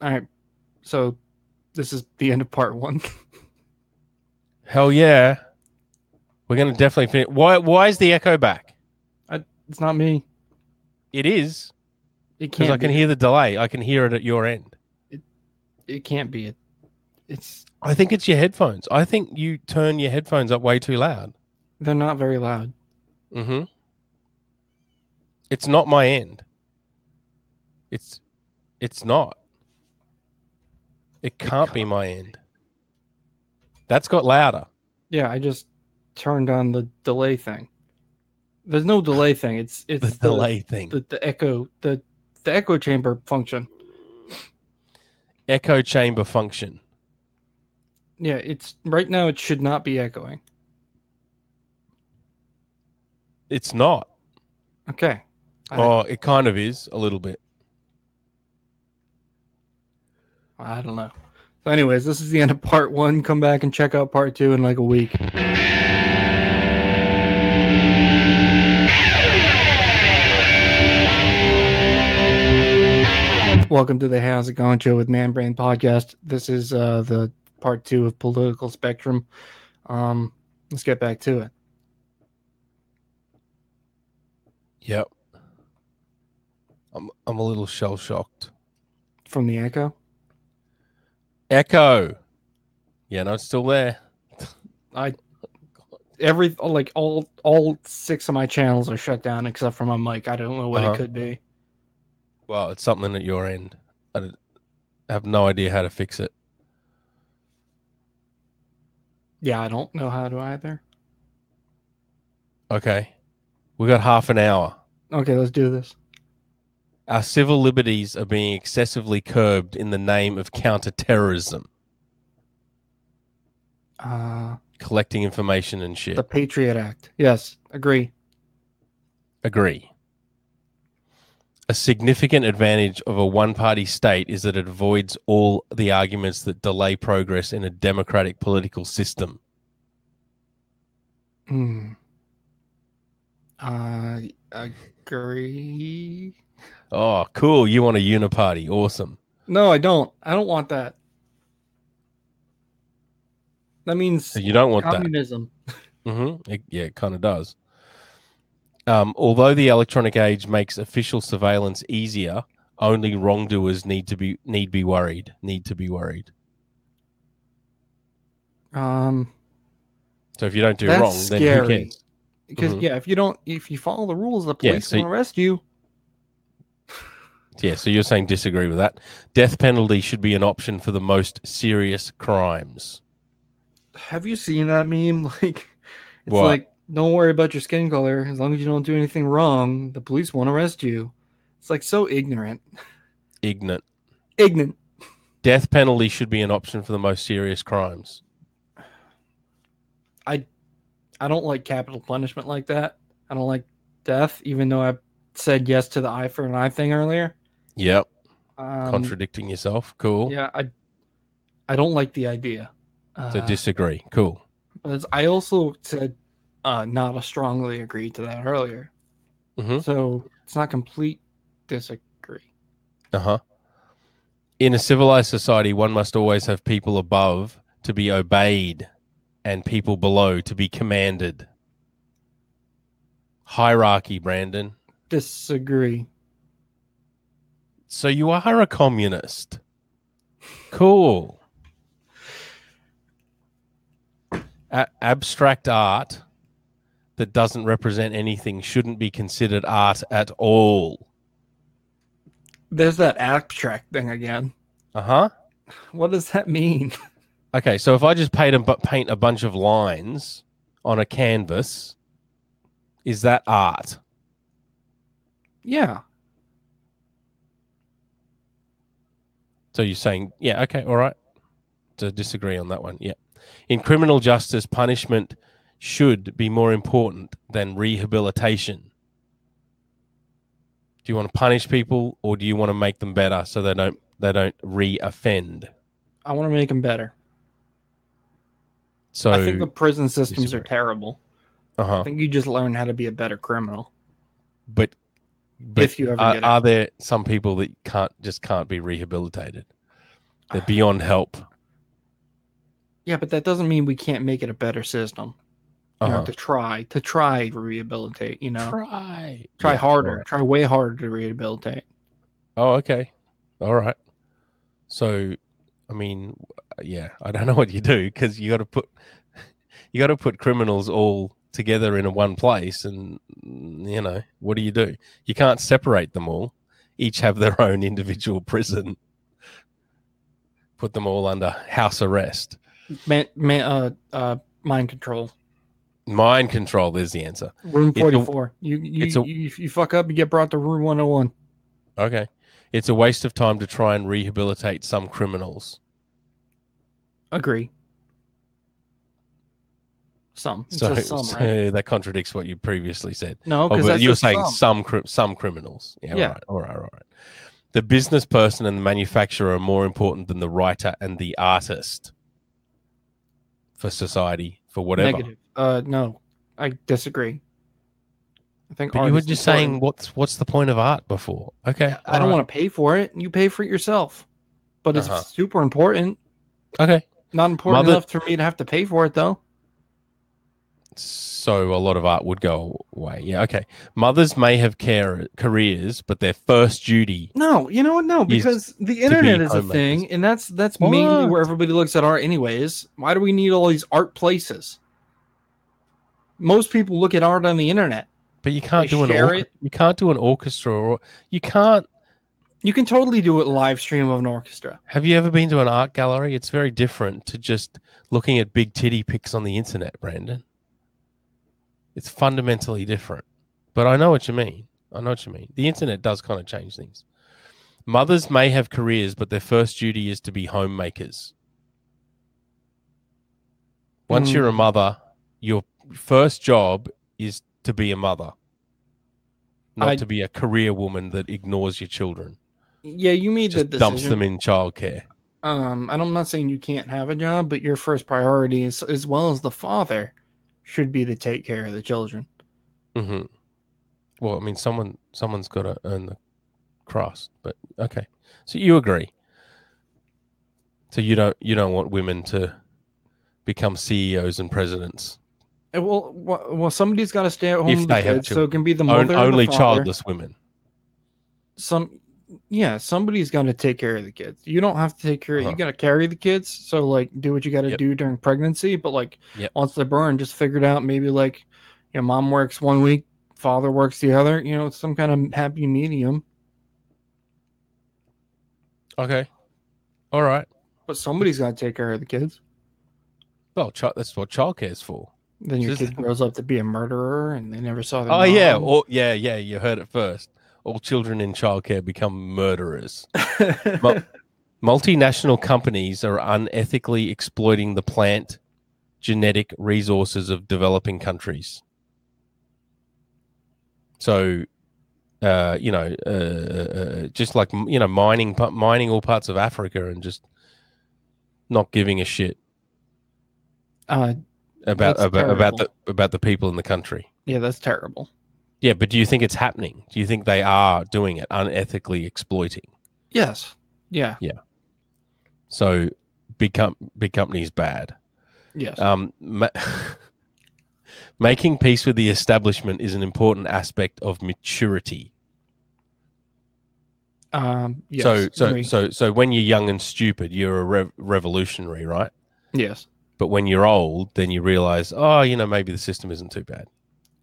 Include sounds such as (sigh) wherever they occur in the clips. All right. So this is the end of part one. (laughs) Hell yeah. We're gonna definitely finish. Why? Why is the echo back? It's not me. It is It because can't. I can be. hear the delay. I can hear it at your end. It can't be it. It's I think it's your headphones. I think you turn your headphones up way too loud. they're not very loud. Mm-hmm. It's not my end. It's it's not. It can't be my end. That's got louder. Yeah, I just turned on the delay thing. There's no delay thing. It's it's The delay thing. The, the echo the the echo chamber function. Echo chamber function. Yeah, it's right now it should not be echoing. It's not. Okay. I- Oh, it kind of is a little bit. I don't know. So anyways, this is the end of part one. Come back and check out part two in like a week. Welcome to the How's It Going Show with Man Brain Podcast. This is uh, the part two of Political Spectrum. Um, let's get back to it. Yep. I'm I'm a little shell shocked. From the echo, Echo. Yeah, no, it's still there. every like all all six of my channels are shut down except for my mic. I don't know what Uh-huh. it could be. Well, it's something at your end. I d- have no idea how to fix it. Yeah, I don't know how to either. Okay. We got half an hour. Okay, let's do this. Our civil liberties are being excessively curbed in the name of counterterrorism, Uh, collecting information and shit. The Patriot Act. Yes, agree. Agree. A significant advantage of a one party state is that it avoids all the arguments that delay progress in a democratic political system. Hmm. Uh, agree. Oh, cool. You want a uniparty. Awesome. No, I don't. I don't want that. That means So you don't want that. communism. Mm-hmm. It, yeah, it kind of does. Um, although the electronic age makes official surveillance easier, only wrongdoers need to be need be worried. Need to be worried. Um, So if you don't do That's wrong, then scary. who cares? because Mhm. yeah, if you don't, if you follow the rules, the Yeah, police so- will arrest you. Yeah. So you're saying disagree with that? Death penalty should be an option for the most serious crimes. Have you seen that meme? (laughs) Like, it's What? like don't worry about your skin color as long as you don't do anything wrong. The police won't arrest you. It's like so ignorant. Ignorant. Ignorant. Death penalty should be an option for the most serious crimes. I don't like capital punishment like that. I don't like death, even though I said yes to the eye for an eye thing earlier. Yep. Um, Contradicting yourself. Cool. Yeah, I, I don't like the idea. Uh, So disagree. Cool. as I also said uh, not a strongly agree to that earlier. Mhm. So it's not complete disagree. Uh huh. In a civilized society, one must always have people above to be obeyed and people below to be commanded. Hierarchy, Brandon. Disagree. So you are a communist. Cool. A- abstract art that doesn't represent anything shouldn't be considered art at all. There's that abstract thing again. Uh huh. What does that mean? (laughs) Okay, so if I just paint a, bu- paint a bunch of lines on a canvas, is that art? yeah. So you're saying, yeah, okay, all right. To disagree on that one, yeah. In criminal justice, punishment should be more important than rehabilitation. Do you want to punish people, or do you want to make them better so they don't they don't re-offend? I want to make them better. So, I think the prison systems are disagree. terrible. uh-huh. I think you just learn how to be a better criminal. but but If you ever are, get out. are there some people that can't just can't be rehabilitated? They're beyond help. Yeah, but that doesn't mean we can't make it a better system. You know, Uh-huh. to try to try to rehabilitate. You know, Try. try Yeah, harder, alright. try way harder to rehabilitate. Oh, okay. All right. So, I mean, yeah, I don't (laughs) know what you do because you got to put (laughs) you got to put criminals all together in one place, and you know what do you do? You can't separate them all. Each have their (laughs) own individual prison. Put them all under house arrest. Man, man, uh, uh, mind control. Mind control is the answer. Room It's a- forty four. You you, it's a- you if you fuck up, you get brought to room one hundred one. Okay. It's a waste of time to try and rehabilitate some criminals. Agree. Some. It's So, just some, (laughs) so right? that contradicts what you previously said. No, Oh, because but that's you're just saying some. some cri- some criminals. Yeah, Yeah. All right, all right, all right. The business person and the manufacturer are more important than the writer and the artist for society, for whatever. Negative. Uh, no, I disagree. I think. But art you were is just Oh, important. saying, what's what's the point of art before? Okay, I don't want to pay for it. You pay for it yourself. But it's Uh, Uh-huh. super important. to. Okay, Not important Mother- enough for me to have to pay for it, though. so a lot of art would go away. Yeah, okay. Mothers may have care- careers, but their first duty. No, you know what? No, Yes, because the internet be is a homemakers. thing, and that's that's mainly What? where everybody looks at art, anyways. Why do we need all these art places? Most people look at art on the internet. But you can't They do an share orche- it. you can't do an orchestra or you can't You can totally do a live stream of an orchestra. Have you ever been to an art gallery? It's very different to just looking at big titty pics on the internet, Brandon. It's fundamentally different. But I know what you mean. I know what you mean. The internet does kind of change things. Mothers may have careers, but their first duty is to be homemakers. Once Mm. you're a mother, your first job is to be a mother, not I- to be a career woman that ignores your children, Yeah, you made the just dumps decision. them in childcare. Um, and I'm not saying you can't have a job, but your first priority, is, as well as the father, should be to take care of the children. Mm-hmm. Well, I mean, someone someone's got to earn the cross, but okay. So you agree? So you don't you don't want women to become CEOs and presidents? Uh, Well, wha- well, somebody's got to stay at home If with the they have kids, so children. it can be the On- mother, or only the father. childless women. Some, yeah, somebody's got to take care of the kids. You don't have to take care. Uh-huh. You got to carry the kids. So like, do what you got to Yep. do during pregnancy. But like, Yep. once they're born, just figure it out. Maybe like, you know, mom works one week, father works the other. You know, some kind of happy medium. Okay. All right. But somebody's got to take care of the kids. Well, chi- that's what childcare is for. Then your Just- kid grows up to be a murderer, and they never saw their. Oh yeah, mom. all, yeah, yeah. You heard it first. All children in childcare become murderers. (laughs) Well- Multinational companies are unethically exploiting the plant genetic resources of developing countries. So, uh, you know, uh, uh, just like you know, mining pa- mining all parts of Africa and just not giving a shit uh, about That's about, about the terrible. about the people in the country. yeah, that's terrible. Yeah, but do you think it's happening? Do you think they are doing it unethically exploiting? Yes. Yeah. So, big com- big companies bad. Yes. Um, ma- (laughs) making peace with the establishment is an important aspect of maturity. Um, yes. so, so, agree. so, so, when you're young and stupid, you're a rev- revolutionary, right? yes. But when you're old, then you realize, oh, you know, maybe the system isn't too bad.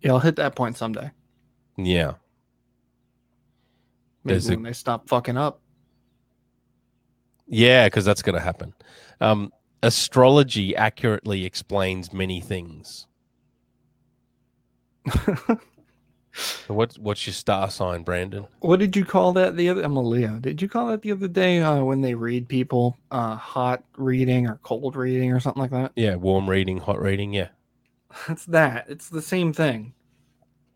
Yeah, I'll hit that point someday. Yeah, Maybe There's a- when they stop fucking up. yeah, because that's going to happen. Um, astrology accurately explains many things. So what's what's your star sign, Brandon? what did you call that the other? I'm a Leo. Did you call that the other day uh, when they read people uh, hot reading or cold reading or something like that? (laughs) Yeah, warm reading, hot reading. Yeah, That's that. It's the same thing.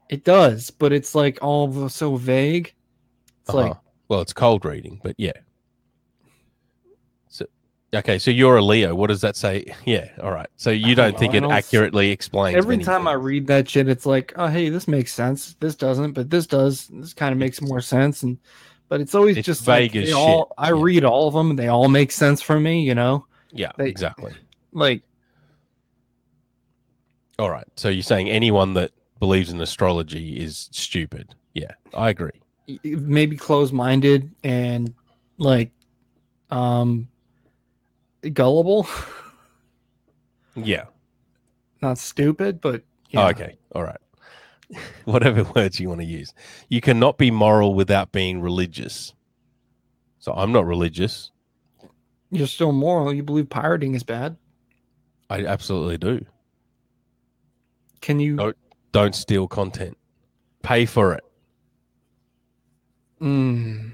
It does, but it's like all v- so vague. It's like Uh-huh. well, it's cold reading, but yeah. So, okay, so you're a Leo. What does that say? (laughs) Yeah, all right. So you don't don't think know. I it don't s- accurately explains. every many time I things. read that shit, it's like, oh hey, this makes sense. This doesn't, but this does. This kind of makes more sense. And but it's always It's just vague as they all, shit. I Yeah. read all of them and they all make sense for me, you know? Yeah, They- exactly. Like, All right. So you're saying anyone that believes in astrology is stupid. Yeah, I agree. y- y- e, maybe close minded and like, um, gullible, (laughs) Yeah. not stupid, but Oh, yeah. okay. All right. (laughs) Whatever (laughs) words you want to use. You cannot be moral without being religious. So I'm not religious. you're still moral. You believe pirating is bad. I absolutely do. Can you? No. Don't steal content. Pay for it. Mm,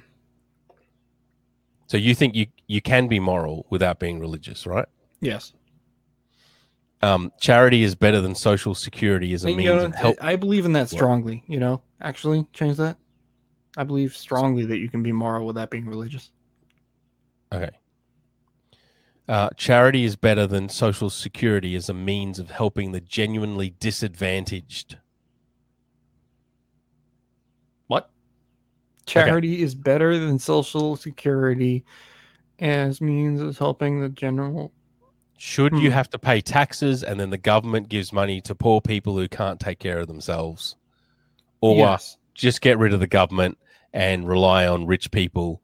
So you think you you can be moral without being religious, right? yes. Um, charity is better than social security as a And, means you know, (laughs) of help. I I believe in that strongly, you know? Actually, change that. I believe strongly that you can be moral without being religious. Okay. Uh, charity is better than social security as a means of helping the genuinely disadvantaged. What? Charity is better than social security as means of helping the general. Should you Hmm. have to pay taxes and then the government gives money to poor people who can't take care of themselves? Or yes. just get rid of the government and rely on rich people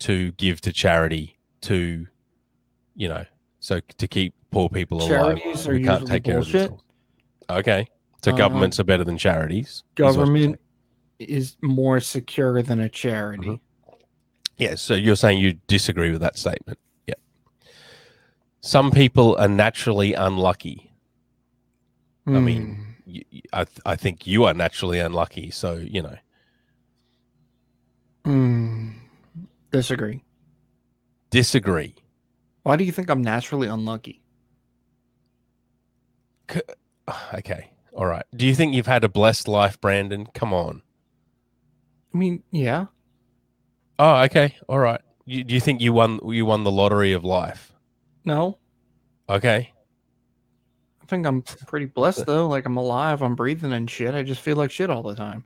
to give to charity to, you know, so to keep poor people Charities alive are who can't usually take care bullshit. of themselves. Okay. So Um, governments are better than charities. is what you're government is more secure than a charity. Mhm. Yeah, so you're saying you disagree with that statement. Yeah. Some people are naturally unlucky. Mm-hmm. I mean, Hmm. Y- y- I, th- I think you are naturally unlucky. So, you know, Hmm. disagree. disagree. (sighs) Why do you think I'm naturally unlucky? Okay. All right. Do you think you've had a blessed life, Brandon? Come on. I mean, yeah. Oh, okay. All right. You, do you think you won you won the lottery of life? No. (laughs) Okay. I think I'm pretty (laughs) blessed though. Like I'm alive, I'm breathing and shit. I just feel like shit all the time.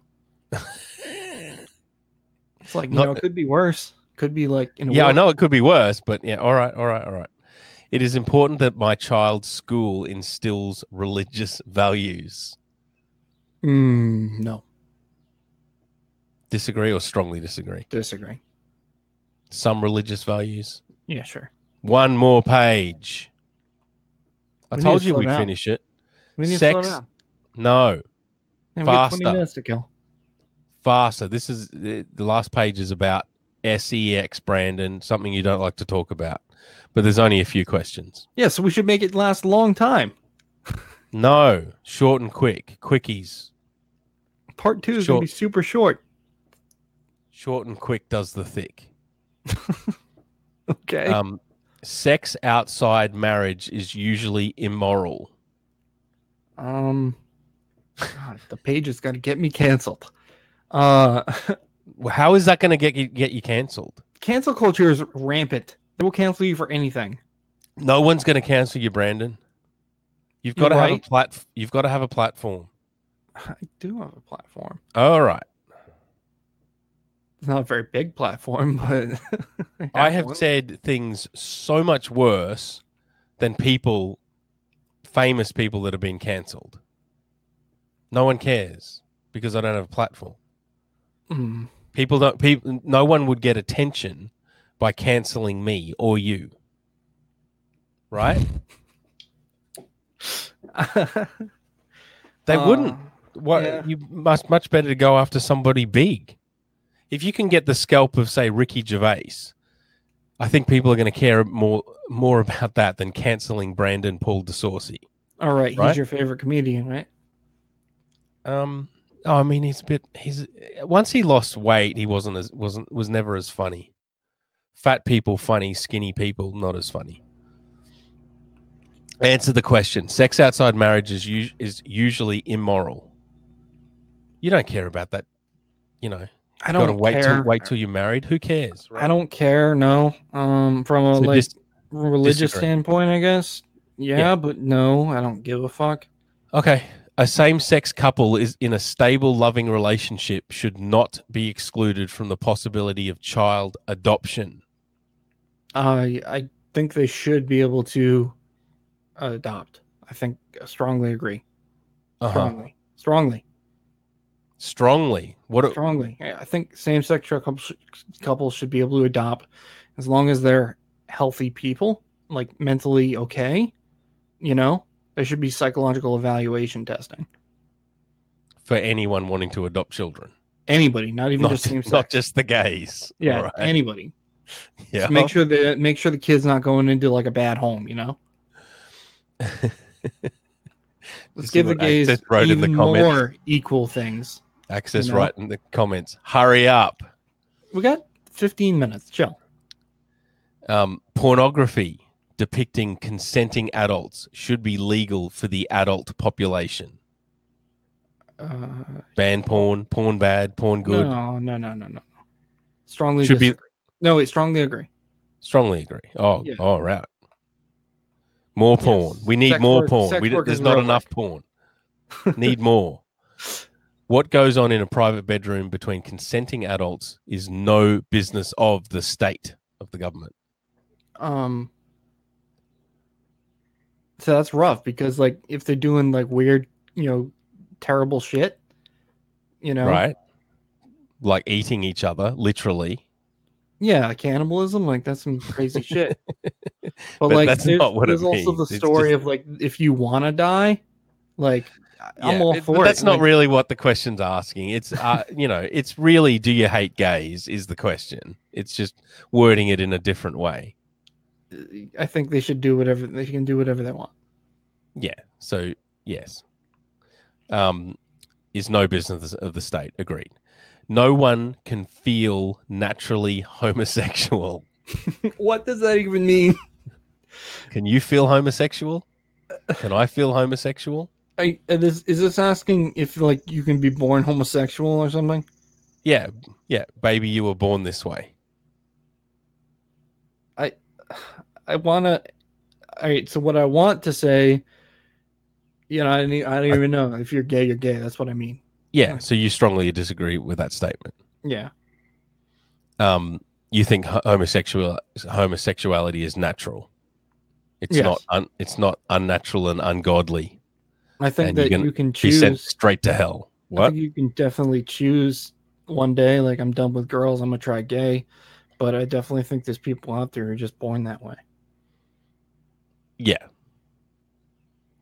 It's like, you Not- know, it could be worse. Could be like in a yeah, I world- know it could be worse, but yeah, all right, all right, all right. It is important that my child's school instills religious values. Mm, no, Disagree or strongly disagree? disagree. Some religious values. Yeah, sure. One more page. I We need to told you slow we'd down. finish it. We need to Sex- slow down. No, Yeah, we got 20 faster. minutes to kill. faster. This is the the last page is about SEX, Brandon, something you don't like to talk about. But there's only a few questions. Yeah, so we should make it last a long time. No, short and quick. Quickies. Part two is gonna Short. be super short. (laughs) Short and quick does the thick. Okay. Um, sex outside marriage is usually immoral. Um, God, the page is gonna get me canceled. Uh, (laughs) Well, How is that going to get you, get you cancelled? cancel culture is rampant. They will cancel you for anything. No one's going to cancel you, Brandon. You've You're got to have a right. plat. You've got to have a platform. I do have a platform. All right. It's not a very big platform, (laughs) but I have one. said things so much worse than people, famous people that have been cancelled. No one cares because I don't have a platform. Mm, People don't. People. No one would get attention by canceling me or you. Right? They wouldn't. Uh, What yeah. you must much better to go after somebody big. If you can get the scalp of say Ricky Gervais, I think people are going to care more more (laughs) about that than canceling Brandon Paul DeSaucy. All right, Right? he's your favorite comedian, right? Um, I mean, he's a bit. He's once he lost weight, he wasn't as wasn't was never as funny. Fat people funny, skinny people not as funny. Answer the question: Sex outside marriage is us- is usually immoral. You don't care about that, you know. I Got to don't wait care. till wait till you're married. Who cares? I don't care. No. Um, from a So like dis- religious disagree. standpoint, I guess. Yeah, Yeah. but no, I don't give a fuck. okay. A same sex couple is in a stable, loving relationship should not be excluded from the possibility of child adoption. I I think they should be able to uh, adopt. I think I strongly agree. Uh-huh. Strongly, strongly, Strongly. What? a- strongly. I I think same-sex couples couples should be able to adopt as long as they're healthy people, like mentally okay. You know, there should be psychological evaluation testing. for anyone wanting to adopt children, Anybody, not even (laughs) not, just same-sex. not just the gays. yeah, Right. anybody. yeah. Just make sure that make sure the kid's not going into like a bad home. You (laughs) know. Let's Just give the what I gays just wrote in even the comments. more equal things. Access you know? right in the comments. Hurry up. We got 15 minutes. Chill. Um, pornography depicting consenting adults should be legal for the adult population. Uh, Ban porn, porn bad, porn good. No, no, no, no, no. Strongly Should be- disagree. No, wait, strongly agree. Strongly agree. Oh, Yeah. all right. More porn. We need Sex more work- porn. sex We, d- work there's is not real enough (laughs) porn. Need more. What goes on in a private bedroom between consenting adults is no business of the state of the government. Um, so that's rough because, like, if they're doing like weird, you know, terrible shit, you know, right? Like eating each other, literally. Yeah, cannibalism, like that's some crazy (laughs) shit. But, But like, that's there's, not what it there's also means. the It's story just- of like if you want to die, like I- I'm Uh, Yeah, all it- for but it. That's not like, really what the question's asking. It's, uh, (laughs) you know, it's really, do you hate gays? Is the question. It's just wording it in a different way. I think they should do whatever they can do whatever they want. Yeah. So yes, um, is no business of the state. Agreed. No one can feel naturally (laughs) homosexual. (laughs) what does that even mean? Can you feel homosexual? Can I feel homosexual? I, uh, this, is this asking if like you can be born homosexual or something? Yeah, yeah, baby, you were born this way. I wanna. All right, so what I want to say, you know, I don't, e- I don't even know if you're gay, you're gay. That's what I mean. Hmm. Yeah. So you strongly disagree with that statement. Yeah, Um, you think ho- homosexual homosexuality is natural. It's Yes. not. Un, it's not unnatural and ungodly. I think And you that can you can She choose. sent straight to hell. I What? think you can definitely choose one day. Like I'm done with girls, I'm gonna try gay. But I definitely think there's people out there who are just born that way. Yeah.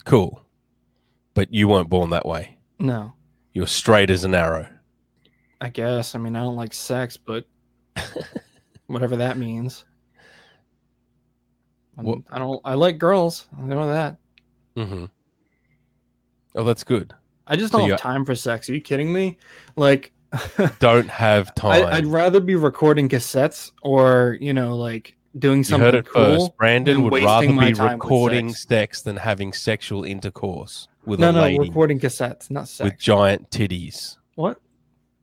Cool. But you weren't born that way. No, You're straight as an arrow. I guess. I mean, I don't like sex, (laughs) but whatever that means. I'm- What- I don't. I like girls. I know that. Mm-hmm. Oh, that's good. I just So don't you- have time for sex. Are you kidding me? Like, Don't have (laughs) I, time. I'd rather be recording cassettes or you know, like doing you something heard it cool. first. Brandon than would wasting rather my be time with recording sex. sex. than having sexual intercourse with No, a no, lady recording cassettes, not sex. with giant titties. what?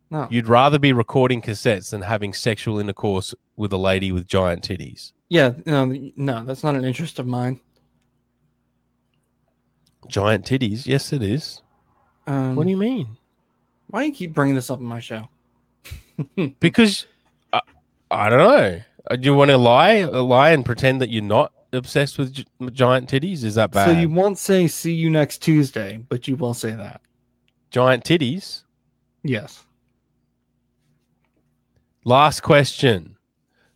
No, You'd rather be recording cassettes than having sexual intercourse with a lady with giant titties. Yeah, no, th- no, that's not an interest of mine. Giant titties? Yes, it is. Um, What do you mean? why do you keep bringing this up in my show? Because I, I don't know. Uh, Do you want to lie, uh, lie, and pretend that you're not obsessed with gi- giant titties? Is that bad? So you won't say "see you next Tuesday," but you will say that. Giant titties. Yes. Last question.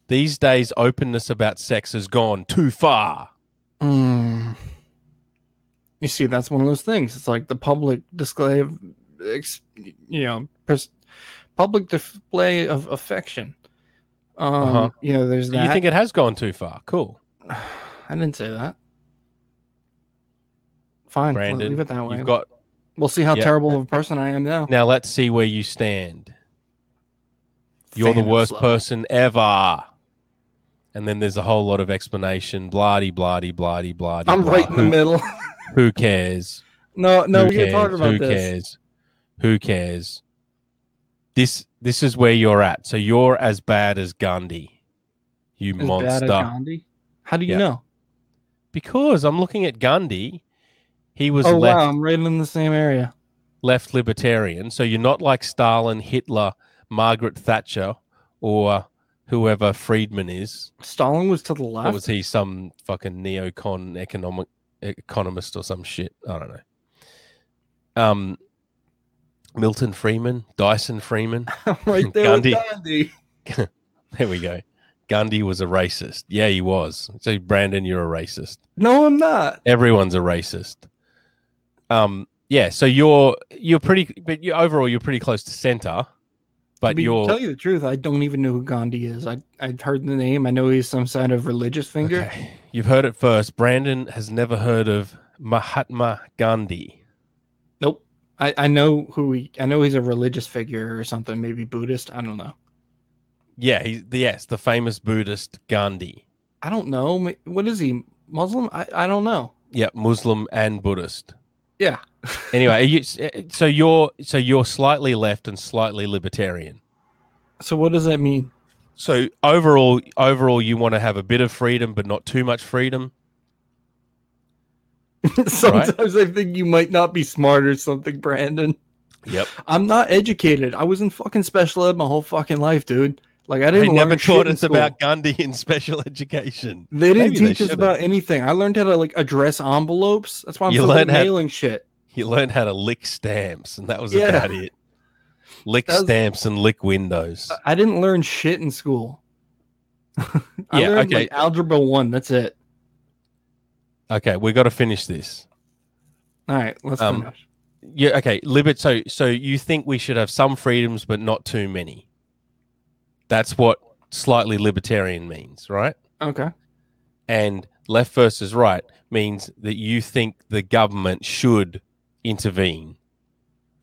These days, openness about sex has gone too far. Mm. You see, that's one of those things. It's like the public display of, ex, you know, pers- public display of affection. Um, Uh-huh. you know, there's that. You think it has gone too far? Cool. (sighs) I didn't say that. Fine, we'll Brandon, leave it that way. You've got we'll see how yeah. terrible of a person I am now. now. Let's see where you stand. You're the Thanos worst level. person ever. And then there's a whole lot of explanation. Bloody, bloody, bloody, bloody. I'm right in the middle. Who cares? (laughs) No, no, Who we can talk cares? about Who this. cares? Who cares? This this is where you're at. So you're as bad as Gandhi, you Is Dad a monster. Gandhi? How do you Yeah. know? Because I'm looking at Gandhi, he was Oh left. wow, I'm right in the same area. left libertarian. So you're not like Stalin, Hitler, Margaret Thatcher, or whoever Friedman is. Stalin was to the Or left. was he some fucking neocon economic economist or some shit? I don't know. Um, Milton Freeman, Dyson Freeman. (laughs) right there, with Gandhi. Gandhi. (laughs) There we go. Gandhi was a racist. Yeah, he was. So Brandon, you're a racist. No, I'm not. Everyone's a racist. Um, yeah. So you're you're pretty, but you overall you're pretty close to center. But I mean, you're to tell you the truth, I don't even know who Gandhi is. I I've heard the name. I know he's some sort of religious figure. Okay. You've heard it first. Brandon has never heard of Mahatma Gandhi. Nope. I, I know who he. I know he's a religious figure or something. Maybe Buddhist. I don't know. Yeah, he's the yes, the famous Buddhist Gandhi. I don't know. Ma- What is he? Muslim? I, I don't know. Yeah, Muslim and Buddhist. Yeah. (laughs) Anyway, you, so you're so you're slightly left and slightly libertarian. So what does that mean? So overall, overall, you want to have a bit of freedom, but not too much freedom. (laughs) Sometimes I think you might not be smart or something, Brandon. Yep. I'm not educated. I was in fucking special ed my whole fucking life, dude. Like I They didn't never learn shit taught in us school. about Gandhi in (laughs) special education. They didn't Maybe they teach us should've. about anything. I learned how to like address envelopes. That's why I'm You still learned how- mailing shit. You learned how to lick stamps, and that was Yeah. about it. Lick That was- stamps and lick windows. I- I didn't learn shit in school. (laughs) I Yeah, learned okay. like algebra one. That's it. Okay, we got to finish this. All right, let's Um, finish. Yeah, okay. Libert so so you think we should have some freedoms but not too many. That's what slightly libertarian means, right? Okay. And left versus right means that you think the government should intervene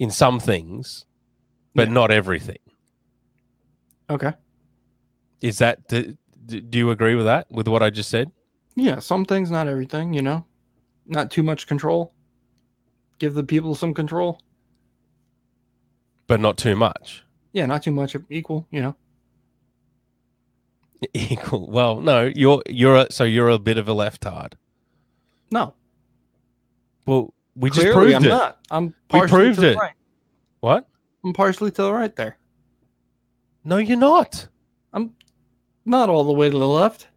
in some things, but Yeah. not everything. Okay. Is that do, do you agree with that with what I just said? Yeah, some things, not everything, you know? Not too much control. Give the people some control. But not too (laughs) much. (laughs) Yeah, not too much of equal, you know? Equal. Well, no, you're you're a, so you're a bit of a leftard. No. Well, we just clearly proved I'm it. not. I'm partially proved to the it. right. What? I'm partially to the right there. No, you're not. Not all the way to the left.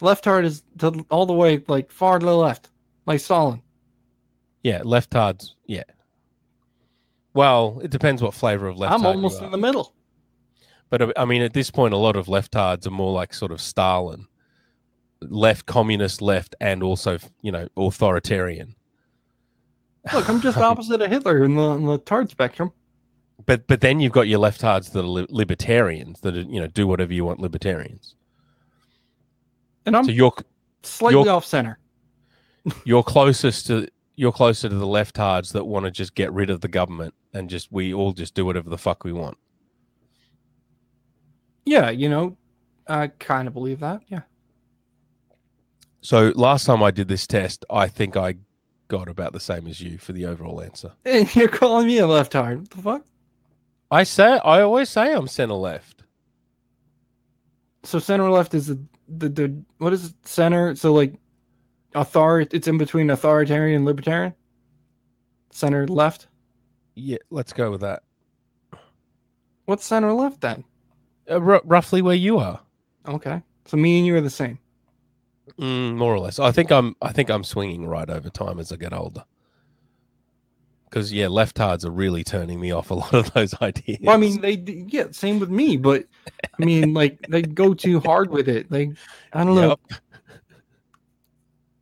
Left heart is to, all the way, like, far to the left, like Stalin. Yeah, leftards. Yeah. Well, it depends what flavor of leftard. I'm you almost are. in the middle. But uh, I- I mean, at this point, a lot of leftards are more like sort of Stalin, left communist, left, and also you know authoritarian. Look, (laughs) I'm just opposite of Hitler in the, in the tard spectrum. But but then you've got your leftards that are li- libertarians that are, you know do whatever you want libertarians. And I'm So you're slightly you're- off center. you're closest to you're closer to the leftards that want to just get rid of the government and just we all just do whatever the fuck we want. Yeah, you know, I kind of believe that. Yeah. (laughs) So last time I did this test, I think I got about the same as you for the overall answer. And you're calling me a left heart. What the fuck? I say I always say I'm center left. So center left is the the, the what is it? center? So like author it's in between authoritarian and libertarian. Center left. Yeah, let's go with that. What's center left then? Uh, r- roughly where you are, Okay. So me and you are the same. mm, more or less. I think I'm I think I'm swinging right over time as I get older. Because yeah, leftards are really turning me off a (laughs) lot of those ideas. Well, I mean, they d- yeah, same with me, but I (laughs) mean, like they go too hard with it. They, I don't know.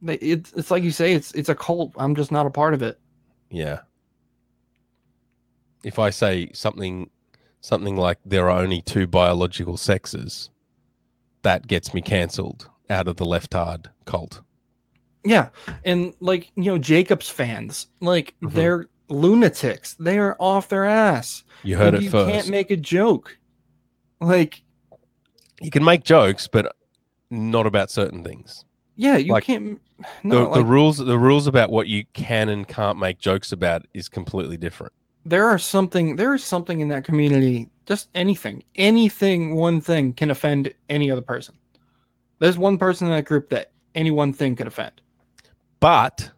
They, it's it's like you say, it's it's a cult. I'm just not a part of it. Yeah. If I say something something like there are only two biological sexes, that gets me cancelled out of the leftard cult. Yeah, and like you know, Jacobs fans, like Mhm. they're lunatics. They are off their ass. You heard And it you 1st can't make a joke. Like, you can make jokes, but not about certain things. yeah, you Like, can't. The, No, the like, rules the rules about what you can and can't make jokes about is completely different. there are something. There is something in that community. Just anything, anything, one thing can offend any other person. There's one person in that group that any one thing could offend. But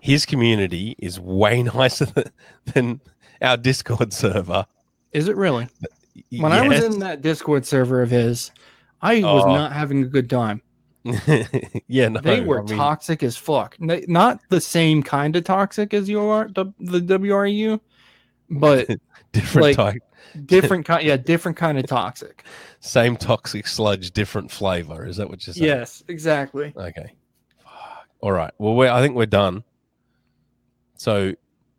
his community is way (laughs) nicer than, than our Discord server. Is it really? Y- When I was yes. in that Discord server of his, I was Oh. not having a good time. (laughs) yeah, no, They were I mean, toxic as fuck. N- Not the same kind of toxic as you are, the, the WREU, (laughs) but different like- type, different kind. Yeah, different kind of toxic. same toxic sludge, different flavor. Is that what you're saying? Yes, exactly. Okay. Fuck. All right. Well, we're, I think we're done. So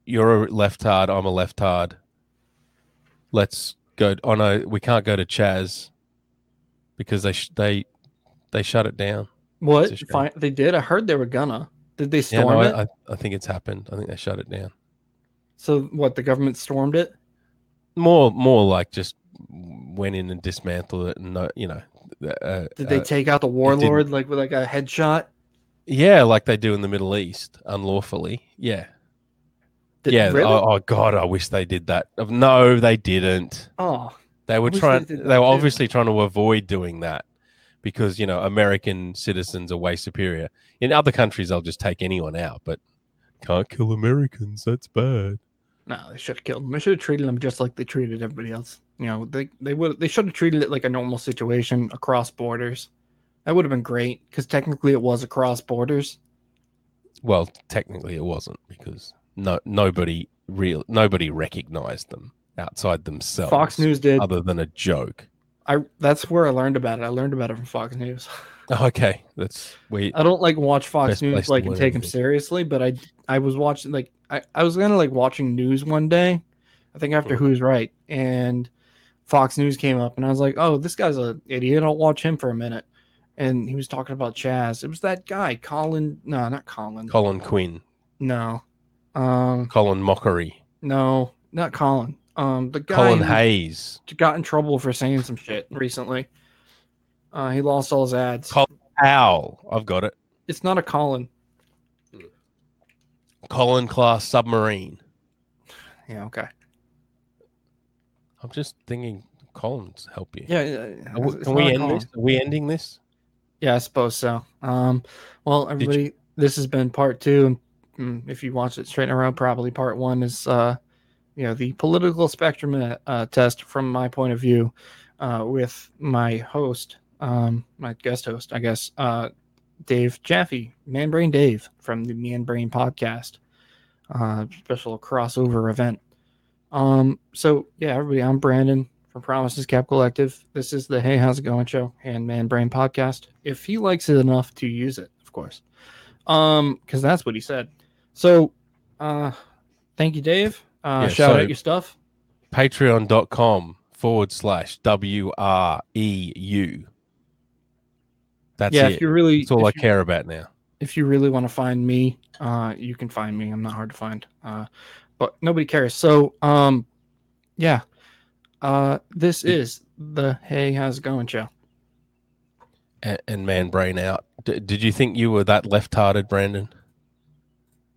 you're a left-hard. I'm a left-hard. Let's go. Oh no, we can't go to Chaz because they sh- they they shut it down. What? It's a shame. Fi- they did. I heard they were gonna. Did they Yeah, storm no, it? I, I, I think it's happened. I think they shut it down. so what? The government stormed it. More more like just went in and dismantled it and no, you know. Uh, Did uh, they take out the warlord like with like a headshot? Yeah, like they do in the Middle East, unlawfully. Yeah. Did, yeah. really? Oh, oh, God, I wish they did that. Uh, No, they didn't. oh, They were wish they trying. They, did were that. obviously trying to avoid doing that because you know American citizens are way superior. In other countries, they'll just take anyone out, but can't kill Americans. That's bad. No, they should have killed him. They should have treated him just like they treated everybody else. You know, they they would they should have treated it like a normal situation across borders. That would have been great because technically it was across borders. Well, technically, it wasn't because no nobody real nobody recognized them outside themselves. Fox News did. other than a joke. I that's where I learned about it. I learned about it from Fox News. Okay, that's we. I don't like watch Fox Best place News to like and learn take them is- seriously, but I I was watching like I, I was kind of like watching news one day, I think after Mhm. Who's Right, and Fox News came up, and I was like, oh, this guy's an idiot. I'll watch him for a minute, and he was talking about Chaz. It was that guy, Colin. No, not Colin. Colin Quinn, no, um, Colin Mockery, no, not Colin. Um, the guy Colin who Hayes, got in trouble for saying some shit recently. Uh, he lost all his ads. Col- Owl. I've got it. it's not a Colin. Colin class submarine. Yeah, okay. I'm just thinking Collins help you. Yeah, yeah, yeah. Are we- It's can not we a end Colin. this? Are we ending this? Yeah, I suppose so. Um, well, you- everybody, this has been part two. Mm, If you watched it straight and around, probably part one is, uh, you know, the political spectrum uh, uh, test from my point of view, uh, with my host, um, my guest host, I guess, uh, Dave Jaffe, Man Brain Dave from the Man Brain podcast, uh, special crossover event. Um, so yeah, everybody, I'm Brandon from Promises Cap Collective. This is the Hey, How's It Going show and Man Brain podcast. If he likes it enough to use it, of course, um, because that's what he said. So, uh, thank you, Dave. Uh, Yeah, shout so- out your stuff. Patreon.com forward slash W R E U. That's yeah, if it. you really, That's all I if you- care about now. if you really want to find me, uh, you can find me. I'm not hard to find. Uh, but nobody cares. So, um, yeah. Uh, this is the Hey, How's It Going show. And, and man, brain out. D- did you think you were that left hearted, Brandon?